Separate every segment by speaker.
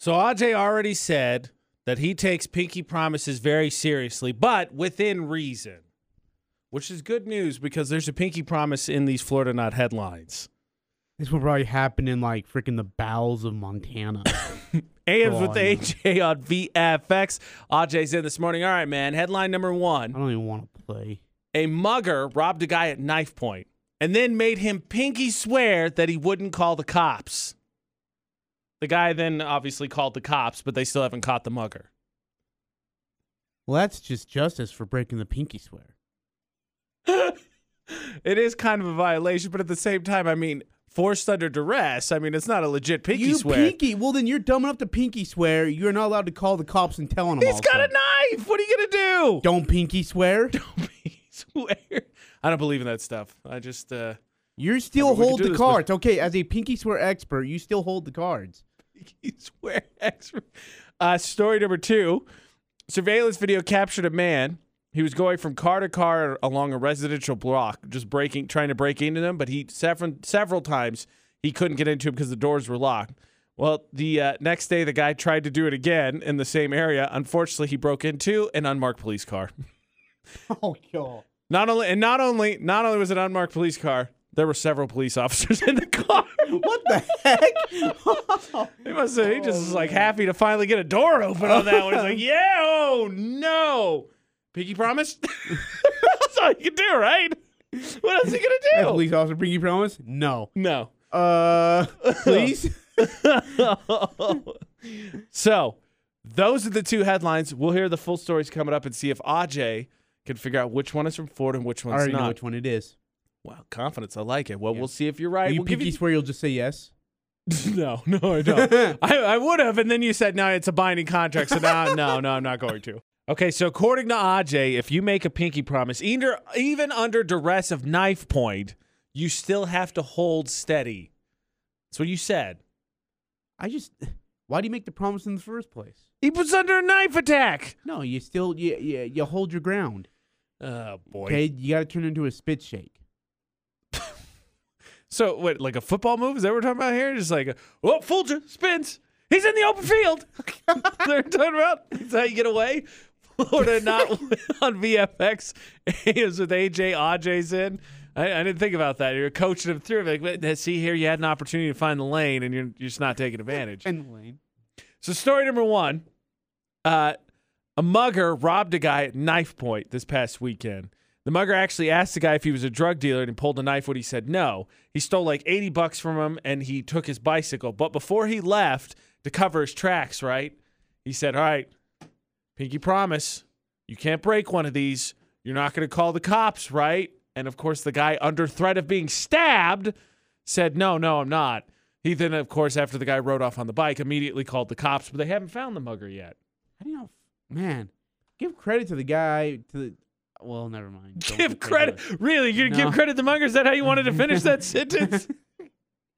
Speaker 1: So Ajay already said that he takes pinky promises very seriously, but within reason, which is good news because there's a pinky promise in these Florida Not headlines.
Speaker 2: This will probably happen in like freaking the bowels of Montana.
Speaker 1: AMs
Speaker 2: Oh,
Speaker 1: with
Speaker 2: I know.
Speaker 1: AJ on VFX. Ajay's in this morning. All right, man. Headline number one.
Speaker 2: I don't even want to play.
Speaker 1: a mugger robbed a guy at knife point and then made him pinky swear that he wouldn't call the cops. The guy then obviously called the cops, but they still haven't caught the mugger.
Speaker 2: Well, that's just justice for breaking the pinky swear.
Speaker 1: It is kind of a violation, but at the same time, I mean, forced under duress. I mean, it's not a legit pinky
Speaker 2: you
Speaker 1: swear.
Speaker 2: pinky. Well, then you're dumb enough to pinky swear. You're not allowed to call the cops and tell on them.
Speaker 1: He's got a
Speaker 2: also.
Speaker 1: knife. What are you going to do?
Speaker 2: Don't pinky swear.
Speaker 1: Don't pinky swear. I don't believe in that stuff. I just, uh,
Speaker 2: You still
Speaker 1: mean, we could
Speaker 2: hold
Speaker 1: do
Speaker 2: the
Speaker 1: this, but-
Speaker 2: cards. Okay, as a pinky swear expert, you still hold the cards.
Speaker 1: pinky swear expert. Uh, story number two surveillance video captured a man. He was going from car to car along a residential block, just breaking, trying to break into them, but he several, several times he couldn't get into them because the doors were locked. Well, the uh, next day, the guy tried to do it again in the same area. Unfortunately, he broke into an unmarked police car.
Speaker 2: Oh god.
Speaker 1: Not only, and not only, not only was it an unmarked police car, there were several police officers in the car.
Speaker 2: What the heck?
Speaker 1: He must have, he just was like happy to finally get a door open on that one. He's like, yeah, oh no. Pinky promise? That's all you can do, right? What else are you
Speaker 2: Hey,
Speaker 1: gonna do?
Speaker 2: police officer, pinky promise? No.
Speaker 1: No.
Speaker 2: Uh, please.
Speaker 1: so those are the two headlines. We'll hear the full stories coming up and see if Aj can figure out which one is from Ford and which
Speaker 2: I
Speaker 1: one's
Speaker 2: already know
Speaker 1: not.
Speaker 2: which one it is.
Speaker 1: Wow, confidence. I like it. Well,
Speaker 2: Yeah.
Speaker 1: we'll see if you're right.
Speaker 2: Will you
Speaker 1: we'll give
Speaker 2: pinky swear you'll just say yes.
Speaker 1: No, no, I don't. I, I would have, and then you said, no, it's a binding contract. So now, no, no, I'm not going to. Okay, so according to Ajay, if you make a pinky promise, either, even under duress of knife point, you still have to hold steady. That's what you said.
Speaker 2: I just. Why do you make the promise in the first place?
Speaker 1: He was under a knife attack.
Speaker 2: No, you still you you, you hold your ground.
Speaker 1: Oh, boy.
Speaker 2: Okay, you got to turn into a spit shake.
Speaker 1: So, what, like a football move? Is that what we're talking about here? Just like, a, oh, Folger spins. He's in the open field. They're talking about. Is that how you get away? Florida not on VFX. Is with AJ. AJ's in. I, I didn't think about that. You're coaching him through. Like, "Wait, see here, you had an opportunity to find the lane, and you're, you're just not taking advantage.
Speaker 2: And Lane.
Speaker 1: So, story number one uh, a mugger robbed a guy at knife point this past weekend. The mugger actually asked the guy if he was a drug dealer and he pulled a knife when he said no. He stole like 80 bucks from him and he took his bicycle. But before he left to cover his tracks, right? He said, All right, pinky promise, you can't break one of these. You're not going to call the cops, right? And of course, the guy, under threat of being stabbed, said, No, no, I'm not. He then, of course, after the guy rode off on the bike, immediately called the cops, but they haven't found the mugger yet.
Speaker 2: How do you know? Man, give credit to the guy. To the well, never mind. Don't
Speaker 1: give credit.
Speaker 2: to
Speaker 1: Really? You're gonna
Speaker 2: No.
Speaker 1: give credit to Munger? Is that how you wanted to finish that sentence?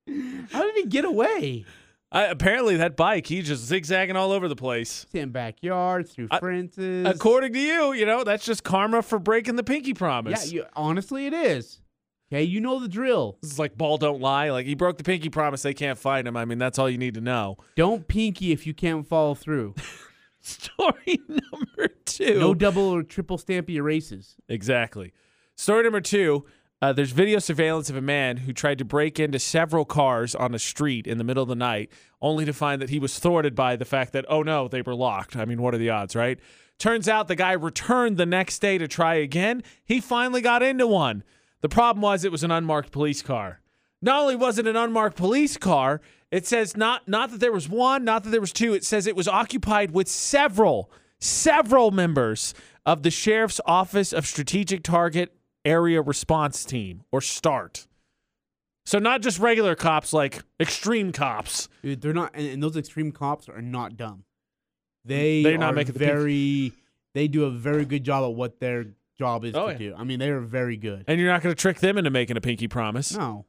Speaker 2: it. How did he get away?
Speaker 1: I, apparently, that bike, he's just zigzagging all over the place.
Speaker 2: Sitting backyards through
Speaker 1: I-
Speaker 2: Francis.
Speaker 1: According to you, you know, that's just karma for breaking the pinky
Speaker 2: yeah,
Speaker 1: promise.
Speaker 2: you, honestly, it is. Okay, you know the drill.
Speaker 1: this is like ball don't lie. Like he broke the pinky promise, they can't find him. I mean, that's all you need to know.
Speaker 2: Don't pinky if you can't follow through.
Speaker 1: Story number two.
Speaker 2: No double or triple stampy erases.
Speaker 1: Exactly. Story number two uh, there's video surveillance of a man who tried to break into several cars on a street in the middle of the night, only to find that he was thwarted by the fact that, oh no, they were locked. I mean, what are the odds, right? Turns out the guy returned the next day to try again. He finally got into one. The problem was it was an unmarked police car. Not only was it an unmarked police car, it says not not that there was one, not that there was two. It says it was occupied with several several members of the sheriff's office of strategic target area response team or START. So not just regular cops, like extreme cops.
Speaker 2: Dude, they're not, and, and those extreme cops are not dumb. They
Speaker 1: They're
Speaker 2: they're
Speaker 1: not
Speaker 2: not
Speaker 1: making the pinky-
Speaker 2: very. They do a very good job at what their job is
Speaker 1: Oh,
Speaker 2: to
Speaker 1: yeah.
Speaker 2: do. I mean, they are very good.
Speaker 1: And you're not going to trick them into making a pinky promise.
Speaker 2: No,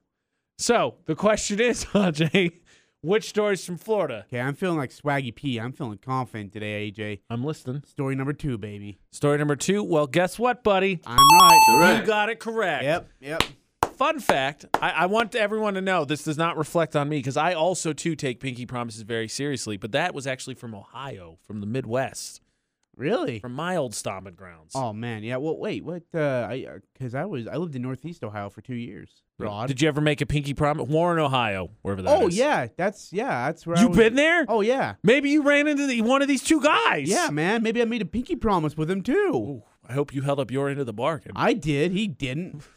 Speaker 1: So the question is, Ajay, which stories from Florida?
Speaker 2: okay, I'm feeling like Swaggy P. I'm feeling confident today, AJ.
Speaker 1: I'm listening.
Speaker 2: Story number two, baby.
Speaker 1: Story number two. Well, guess what, buddy?
Speaker 2: I'm right.
Speaker 1: You got it correct.
Speaker 2: Yep, yep.
Speaker 1: fun fact I, I want everyone to know this does not reflect on me because I also, too, take pinky promises very seriously, but that was actually from Ohio, from the Midwest,
Speaker 2: Really?
Speaker 1: from my old stomping grounds.
Speaker 2: Oh man, yeah. Well, wait, what? Uh, I because I was I lived in Northeast Ohio for two years. Rod.
Speaker 1: Did you ever make a pinky promise? Warren, Ohio, wherever that
Speaker 2: oh
Speaker 1: is.
Speaker 2: yeah, that's yeah, that's where I
Speaker 1: You
Speaker 2: was-
Speaker 1: been there?
Speaker 2: Oh yeah,
Speaker 1: Maybe you ran into the, one of these two guys.
Speaker 2: yeah, man. Maybe I made a pinky promise with him too.
Speaker 1: Ooh, I hope you held up your end of the bargain.
Speaker 2: I did. He didn't.